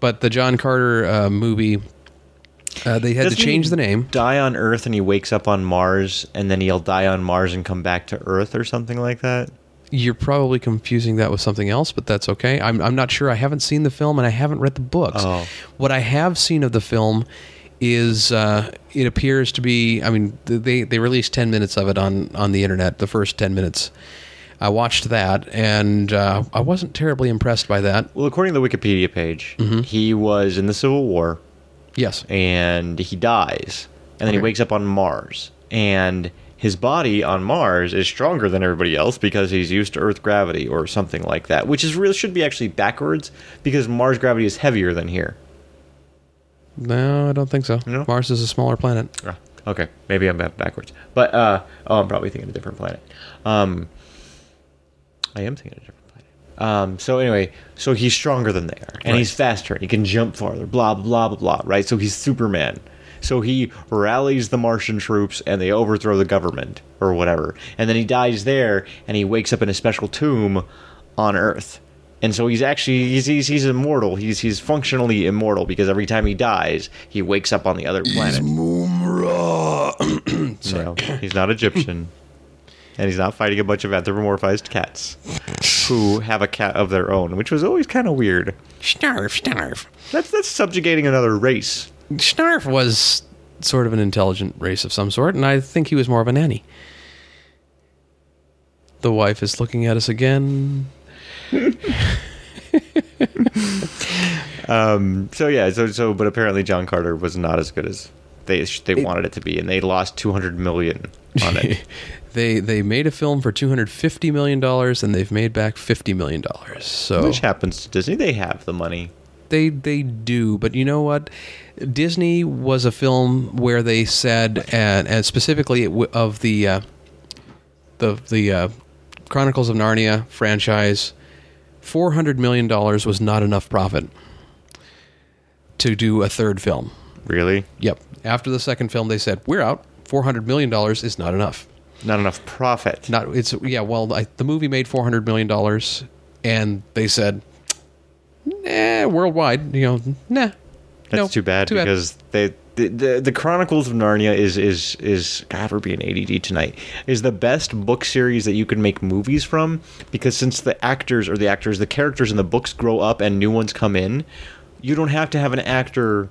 Speaker 2: but the John Carter uh, movie, uh, they had to
Speaker 3: Doesn't
Speaker 2: change
Speaker 3: he
Speaker 2: the name.
Speaker 3: Die on Earth, and he wakes up on Mars, and then he'll die on Mars and come back to Earth, or something like that.
Speaker 2: You're probably confusing that with something else, but that's okay. I'm I'm not sure. I haven't seen the film and I haven't read the books.
Speaker 3: Oh.
Speaker 2: What I have seen of the film is uh, it appears to be. I mean, th- they they released ten minutes of it on on the internet. The first ten minutes. I watched that, and uh, I wasn't terribly impressed by that.
Speaker 3: Well, according to the Wikipedia page,
Speaker 2: Mm-hmm.
Speaker 3: he was in the Civil War
Speaker 2: Yes.
Speaker 3: and he dies. And then he
Speaker 2: Okay.
Speaker 3: wakes up on Mars. And his body on Mars is stronger than everybody else because he's used to Earth gravity or something like that, which is real should be actually backwards because Mars gravity is heavier than here.
Speaker 2: No, I don't think so.
Speaker 3: No?
Speaker 2: Mars is a smaller planet.
Speaker 3: Ah, Okay, maybe I'm back- backwards. But uh, oh, I'm probably thinking a different planet. Um, I am thinking a different planet. Um, so anyway, so he's stronger than they are, and he's faster. He can jump farther. Blah blah blah blah. Right. So he's Superman. So he rallies the Martian troops, and they overthrow the government or whatever. And then he dies there, and he wakes up in a special tomb on Earth. And so he's actually he's he's, he's immortal. He's he's functionally immortal because every time he dies, he wakes up on the other planet. No, he's not Egyptian. and he's not fighting a bunch of anthropomorphized cats who have a cat of their own, which was always kind of weird.
Speaker 2: <clears throat> Snarf, snarf.
Speaker 3: That's that's subjugating another race.
Speaker 2: Snarf was sort of an intelligent race of some sort, and I think he was more of a nanny. The wife is looking at us again.
Speaker 3: So yeah, so so but apparently John Carter was not as good as they they wanted it to be and they lost 200 million
Speaker 2: <laughs>
Speaker 3: on it.
Speaker 2: They they made a film for two hundred fifty million dollars, and they've made back fifty million dollars. So
Speaker 3: Which happens to Disney, they have the money.
Speaker 2: they they do, but you know what? Disney was a film where they said, and, and specifically it w- of the uh, the the uh, Chronicles of Narnia franchise, four hundred million dollars was not enough profit to do a third film.
Speaker 3: Really?
Speaker 2: Yep. After the second film, they said we're out. Four hundred million dollars is not enough.
Speaker 3: Not enough profit.
Speaker 2: Not it's yeah. Well, I, the movie made four hundred million dollars, and they said, "Nah, worldwide, you know, nah."
Speaker 3: That's
Speaker 2: no,
Speaker 3: too bad
Speaker 2: too
Speaker 3: because they the, the the Chronicles of Narnia is is is God we're being ADD tonight is the best book series that you can make movies from because since the actors or the actors the characters in the books grow up and new ones come in, you don't have to have an actor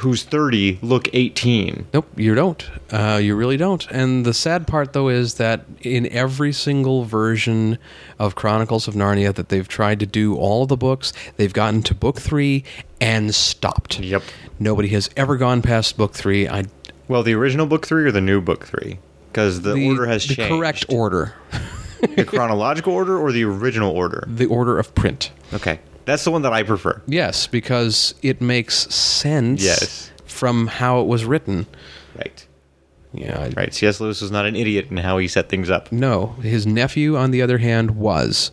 Speaker 3: who's thirty look eighteen.
Speaker 2: Nope, you don't. Uh, you really don't. And the sad part, though, is that in every single version of Chronicles of Narnia that they've tried to do all of the books, they've gotten to book three and stopped.
Speaker 3: Yep.
Speaker 2: Nobody has ever gone past book three. I
Speaker 3: Well, the original book three or the new book three because the, order has
Speaker 2: the
Speaker 3: changed.
Speaker 2: correct order,
Speaker 3: the chronological order or the original order.
Speaker 2: the order of print.
Speaker 3: Okay, that's the one that I prefer.
Speaker 2: Yes, because it makes sense.
Speaker 3: Yes.
Speaker 2: From how it was written.
Speaker 3: Right,
Speaker 2: Yeah. I,
Speaker 3: right. C.S. Lewis was not an idiot in how he set things up.
Speaker 2: No, his nephew, on the other hand, was.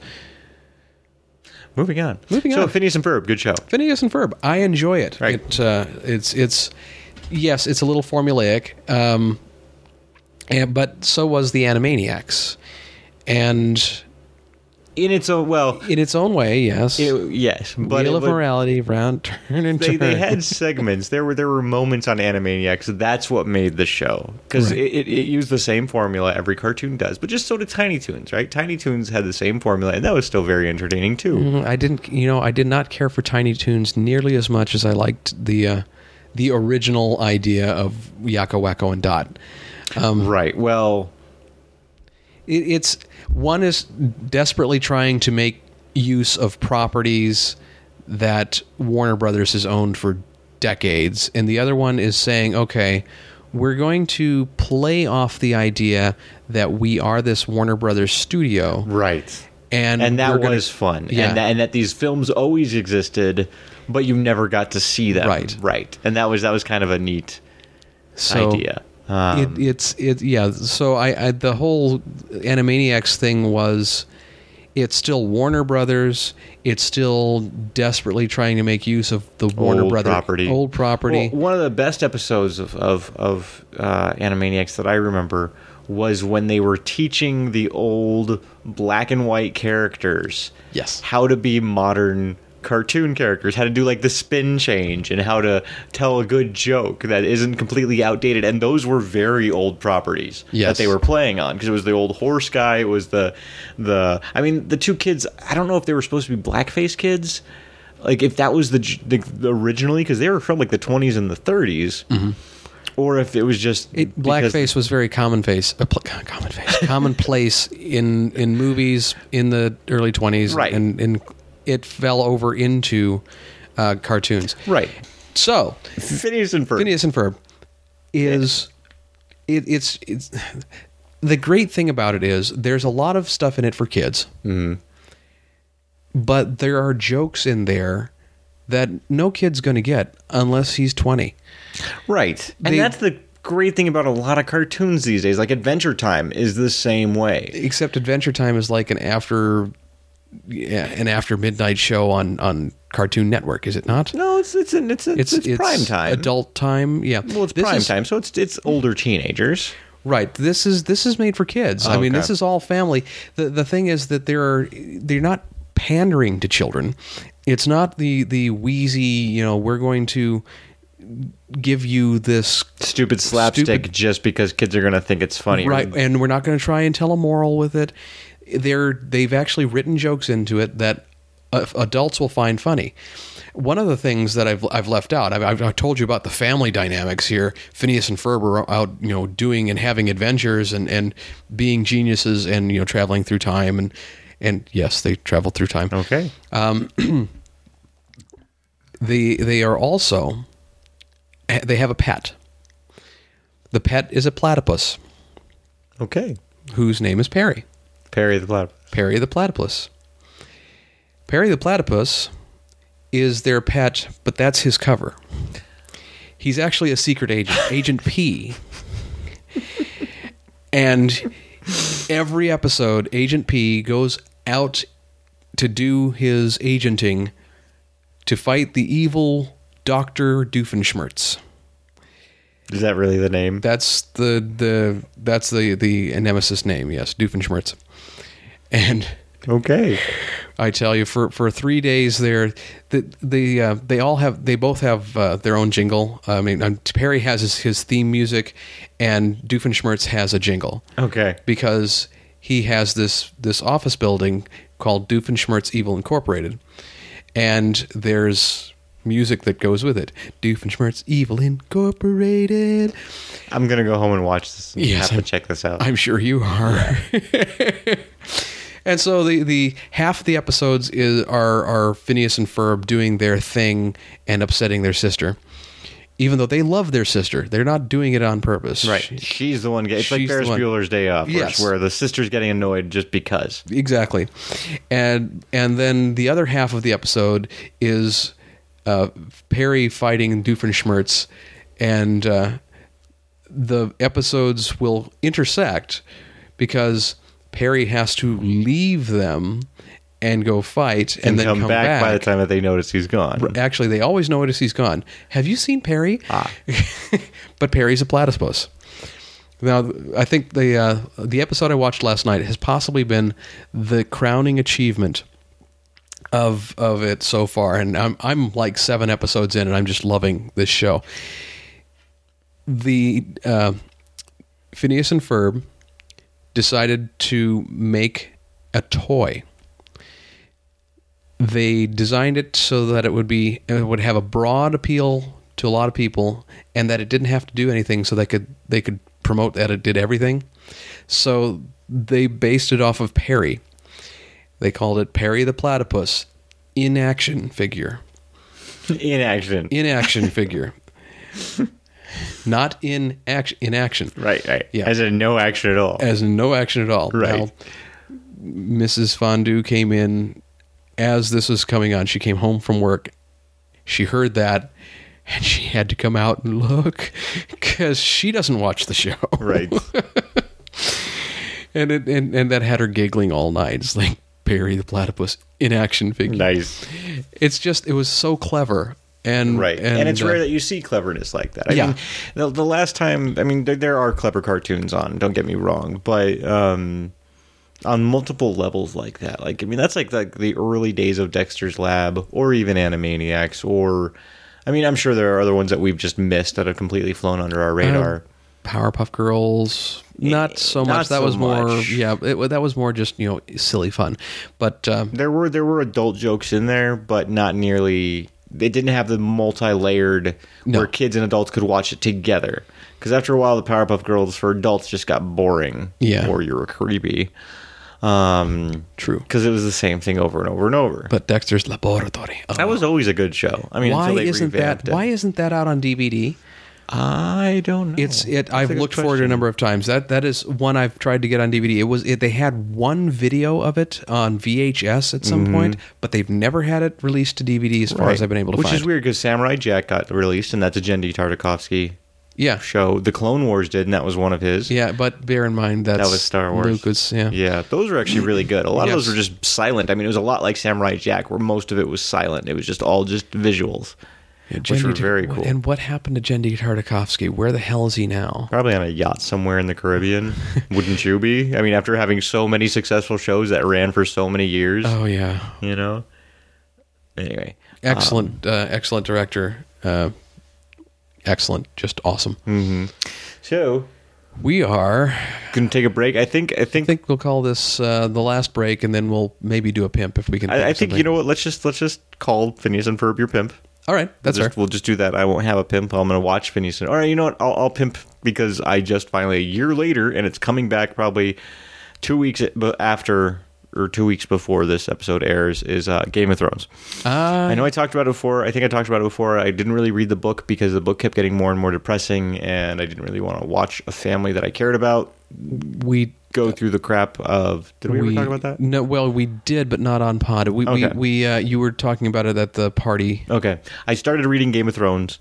Speaker 3: Moving on.
Speaker 2: Moving
Speaker 3: so
Speaker 2: on.
Speaker 3: So Phineas and Ferb, good show.
Speaker 2: Phineas and Ferb. I enjoy it.
Speaker 3: Right.
Speaker 2: It, uh, it's it's yes, it's a little formulaic, um, and, but so was the Animaniacs, and
Speaker 3: In its own well,
Speaker 2: in its own way, yes.
Speaker 3: it- yes, but
Speaker 2: Wheel
Speaker 3: it
Speaker 2: of
Speaker 3: was-
Speaker 2: morality, round turn and
Speaker 3: they,
Speaker 2: turn. <laughs>
Speaker 3: they had segments. There were there were moments on Animaniacs. That's what made the show because it, it, it used the same formula every cartoon does, but just so did Tiny Toons. Right? Tiny Toons had the same formula, and that was still very entertaining too.
Speaker 2: I didn't, you know, I did not care for Tiny Toons nearly as much as I liked the uh, the original idea of Yakko Wacko and Dot.
Speaker 3: Right. Well,
Speaker 2: it, it's one is desperately trying to make use of properties that Warner Brothers has owned for decades, and the other one is saying, okay, we're going to play off the idea that we are this Warner Brothers studio,
Speaker 3: right.
Speaker 2: and
Speaker 3: And
Speaker 2: we're
Speaker 3: that
Speaker 2: gonna-
Speaker 3: was fun.
Speaker 2: Yeah.
Speaker 3: And, that, and that these films always existed, but you never got to see them.
Speaker 2: Right.
Speaker 3: Right. And that was that was kind of a neat
Speaker 2: So-
Speaker 3: idea. Um,
Speaker 2: it, it's it yeah. So I, I the whole Animaniacs thing was it's still Warner Brothers. It's still desperately trying to make use of the Warner
Speaker 3: old
Speaker 2: Brothers
Speaker 3: property.
Speaker 2: old property.
Speaker 3: Well, one of the best episodes of of, of uh, Animaniacs that I remember was when they were teaching the old black and white characters
Speaker 2: Yes.
Speaker 3: how to be modern cartoon characters how to do like the spin change and how to tell a good joke that isn't completely outdated and those were very old properties
Speaker 2: Yes.
Speaker 3: that they were playing on because it was the old horse guy it was the the i mean the two kids i don't know if they were supposed to be blackface kids like if that was the j- the, the originally because they were from like the 20s and the 30s or if it was just
Speaker 2: Mm-hmm. It,
Speaker 3: because-
Speaker 2: blackface was very commonplace, uh, pl- commonplace, <laughs> commonplace in in movies in the early twenties,
Speaker 3: Right.
Speaker 2: And, and it fell over into uh, cartoons.
Speaker 3: Right.
Speaker 2: So
Speaker 3: Phineas and Ferb.
Speaker 2: Phineas and Ferb is it, it's it's the great thing about it is there's a lot of stuff in it for kids,
Speaker 3: Mm-hmm.
Speaker 2: but there are jokes in there that no kid's going to get unless he's twenty.
Speaker 3: Right. And
Speaker 2: They-
Speaker 3: that's the great thing about a lot of cartoons these days. Like Adventure Time is the same way.
Speaker 2: except Adventure Time is like an after yeah, an after midnight show on on Cartoon Network, is it not?
Speaker 3: No, it's it's an, it's, it's, it's prime time.
Speaker 2: adult time. Yeah,
Speaker 3: Well, it's
Speaker 2: This
Speaker 3: prime
Speaker 2: is-
Speaker 3: time, so it's it's older teenagers.
Speaker 2: Right. This is this is made for kids. I mean,
Speaker 3: Okay.
Speaker 2: this is all family. The the thing is that there are they're not pandering to children. It's not the the wheezy. You know, we're going to give you this
Speaker 3: Stupid slapstick
Speaker 2: Stupid-
Speaker 3: just because kids are going to think it's funny.
Speaker 2: right and we're not going to try and tell a moral with it they're they've actually written jokes into it that uh, adults will find funny one of the things that I've, I've left out, I've, I've- I've told you about the family dynamics here. Phineas and Ferb are out, you know, doing and having adventures and, and being geniuses and, you know, traveling through time. And, and yes, they travel through time
Speaker 3: Okay.
Speaker 2: they they are also they have a pet. The pet is a platypus
Speaker 3: Okay.
Speaker 2: whose name is Perry.
Speaker 3: Perry the platypus.
Speaker 2: Perry the platypus. Perry the platypus is their pet, but that's his cover. He's actually a secret agent, Agent P. And every episode, Agent P goes out to do his agenting to fight the evil Dr. Doofenshmirtz.
Speaker 3: Is that really the name?
Speaker 2: That's the the that's the the nemesis name, yes, Doofenshmirtz. And
Speaker 3: Okay.
Speaker 2: I tell you, for, for three days there, the, the uh, they all have they both have uh, their own jingle. I mean, um, Perry has his, his theme music, and Doofenshmirtz has a jingle
Speaker 3: Okay.
Speaker 2: because he has this this office building called Doofenshmirtz Evil Incorporated, and there's music that goes with it. Doofenshmirtz Evil Incorporated.
Speaker 3: I'm going to go home and watch this. And
Speaker 2: Yes,
Speaker 3: have
Speaker 2: I'm-
Speaker 3: to check this out.
Speaker 2: I'm sure you are. <laughs> and so the, the half the episodes is are are Phineas and Ferb doing their thing and upsetting their sister. Even though they love their sister, they're not doing it on purpose.
Speaker 3: right. She's the one. Get, it's like
Speaker 2: She's the
Speaker 3: Ferris
Speaker 2: one.
Speaker 3: Bueller's Day Off, where it's
Speaker 2: Yes.
Speaker 3: where the sister's getting annoyed just because.
Speaker 2: Exactly. And and then the other half of the episode is uh, Perry fighting Doofenshmirtz, and uh, the episodes will intersect because Perry has to leave them and go fight and, then come, back,
Speaker 3: by the time that they notice he's gone.
Speaker 2: Actually, they always notice he's gone. Have you seen Perry? Ah. <laughs> but Perry's a platypus. Now, I think the uh, the episode I watched last night has possibly been the crowning achievement of of it so far, and I'm I'm like seven episodes in, and I'm just loving this show. The uh, Phineas and Ferb decided to make a toy they designed it so that it would be it would have a broad appeal to a lot of people and that it didn't have to do anything so they could they could promote that it did everything so they based it off of perry they called it perry the platypus in action figure
Speaker 3: In action.
Speaker 2: in action figure not in action in action
Speaker 3: Right, right.
Speaker 2: Yeah.
Speaker 3: As in no action at all.
Speaker 2: as in no action at all.
Speaker 3: Right.
Speaker 2: Mrs. Fondue came in as this was coming on. She came home from work. She heard that and she had to come out and look because she doesn't watch the show. <laughs>
Speaker 3: right.
Speaker 2: And, it, and and that had her giggling all night. It's like Barry the Platypus in action figure.
Speaker 3: nice.
Speaker 2: It's just, it was so clever. And,
Speaker 3: Right. And, it's
Speaker 2: uh,
Speaker 3: rare that you see cleverness like that. I
Speaker 2: Yeah.
Speaker 3: mean, the, the last time, I mean, there, there are clever cartoons on, don't get me wrong, but um, on multiple levels like that. Like, I mean, that's like, like the early days of Dexter's Lab or even Animaniacs or, I mean, I'm sure there are other ones that we've just missed that have completely flown under our radar. Eh,
Speaker 2: Powerpuff Girls. Not so
Speaker 3: Not
Speaker 2: much. that
Speaker 3: so
Speaker 2: was more.
Speaker 3: much.
Speaker 2: Yeah, it, that was more just you know silly fun. But um,
Speaker 3: there were there were adult jokes in there, but not nearly. They didn't have the multi-layered
Speaker 2: No.
Speaker 3: where kids and adults could watch it together. Because after a while, the Powerpuff Girls for adults just got boring.
Speaker 2: Yeah.
Speaker 3: Or you were creepy. Um,
Speaker 2: True.
Speaker 3: because it was the same thing over and over and over.
Speaker 2: But Dexter's Laboratory. Oh.
Speaker 3: that was always a good show. I mean,
Speaker 2: why
Speaker 3: until they
Speaker 2: isn't that
Speaker 3: revamped it.
Speaker 2: why isn't that out on DVD?
Speaker 3: I don't know.
Speaker 2: It's it.
Speaker 3: Oh, That's
Speaker 2: I've
Speaker 3: a good
Speaker 2: looked for it a
Speaker 3: question.
Speaker 2: number of times. That that is one I've tried to get on DVD. It was it. They had one video of it on VHS at some point, but they've never had it released to DVD as far as
Speaker 3: Mm-hmm. Right.
Speaker 2: I've been able to
Speaker 3: Which
Speaker 2: find.
Speaker 3: is weird because Samurai Jack got released, and that's a Jendy Tartakovsky
Speaker 2: Yeah,
Speaker 3: show. The Clone Wars did, and that was one of his.
Speaker 2: yeah. But bear in mind that's
Speaker 3: That was Star Wars.
Speaker 2: Lucas. Yeah.
Speaker 3: Yeah, those were actually really good. A lot of
Speaker 2: Yes.
Speaker 3: those were just silent. I mean, it was a lot like Samurai Jack, where most of it was silent. It was just all just visuals, which
Speaker 2: Jendy
Speaker 3: were
Speaker 2: Tar-
Speaker 3: very cool.
Speaker 2: And what happened to Jendy Tartakovsky? Where the hell is he now?
Speaker 3: Probably on a yacht somewhere in
Speaker 2: <laughs>
Speaker 3: the Caribbean, wouldn't you be? I mean, after having so many successful shows that ran for so many years,
Speaker 2: Oh yeah,
Speaker 3: you know. Anyway,
Speaker 2: excellent,
Speaker 3: Um,
Speaker 2: uh, excellent director. Uh, excellent, just awesome.
Speaker 3: Hmm. so
Speaker 2: We are.
Speaker 3: gonna take a break. I think. I
Speaker 2: I
Speaker 3: think.
Speaker 2: think we'll call this uh, the last break, and then we'll maybe do a pimp if we can.
Speaker 3: I, I
Speaker 2: of
Speaker 3: think you
Speaker 2: something.
Speaker 3: know what. Let's just let's just call Phineas and Ferb your pimp.
Speaker 2: All right, that's
Speaker 3: just,
Speaker 2: fair.
Speaker 3: We'll just do that. I won't have a pimp. I'm gonna watch Phineas. And, all right, you know what? I'll, I'll pimp because I just finally a year later, and it's coming back probably two weeks be- after or two weeks before this episode airs is uh, Game of Thrones.
Speaker 2: Uh,
Speaker 3: I know I talked about it before. I think I talked about it before. I didn't really read the book because the book kept getting more and more depressing, and I didn't really want to watch a family that I cared about
Speaker 2: we
Speaker 3: go through the crap of. Did we,
Speaker 2: we
Speaker 3: ever talk about that?
Speaker 2: No, well, we did, but not on pod. We
Speaker 3: Okay. Oh.
Speaker 2: we, we uh, you were talking about it at the party.
Speaker 3: Okay. I started reading Game of Thrones.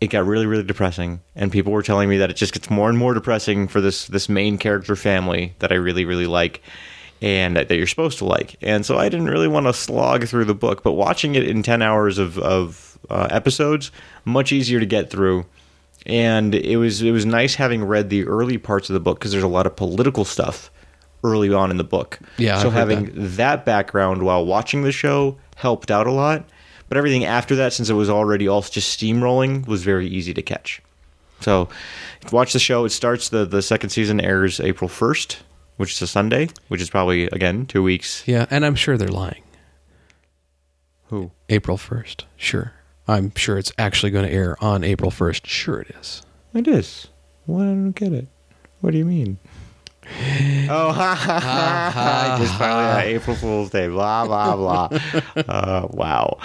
Speaker 3: It got really, really depressing, and people were telling me that it just gets more and more depressing for this this main character family that I really, really like, and that you're supposed to like. And so I didn't really want to slog through the book, but watching it in ten hours of of uh, episodes, much easier to get through. And it was it was nice having read the early parts of the book because there's a lot of political stuff early on in the book.
Speaker 2: Yeah,
Speaker 3: So
Speaker 2: I've heard
Speaker 3: having
Speaker 2: that.
Speaker 3: that background while watching the show helped out a lot. But everything after that, since it was already all just steamrolling, was very easy to catch. So watch the show. It starts the the second season airs April first, which is a Sunday, which is probably again two weeks.
Speaker 2: Yeah, and I'm sure they're lying.
Speaker 3: Who?
Speaker 2: April first, sure. I'm sure it's actually going to air on April first. Sure, it is.
Speaker 3: It is. Well, I don't get it. What do you mean? <laughs> Oh, ha ha ha! <laughs> ha. I just finally had April Fool's Day. Blah blah <laughs> blah. uh, wow.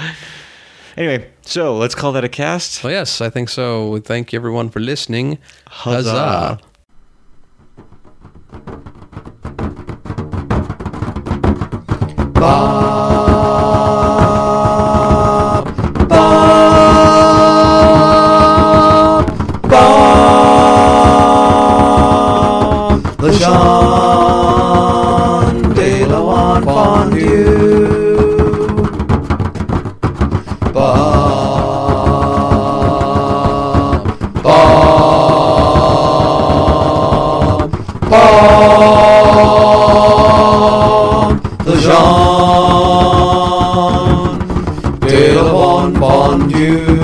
Speaker 3: Anyway, so let's call that a cast.
Speaker 2: Well, yes, I think so. Thank you, everyone, for listening.
Speaker 3: Huzzah.
Speaker 1: Jean de la Juan Fondue. Ba, ba, ba, the Jean de la Juan Fondue.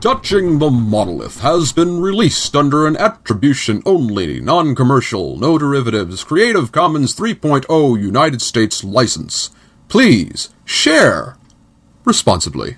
Speaker 8: Touching the Monolith has been released under an attribution only, non commercial, no derivatives, Creative Commons 3.0 United States license. Please share responsibly.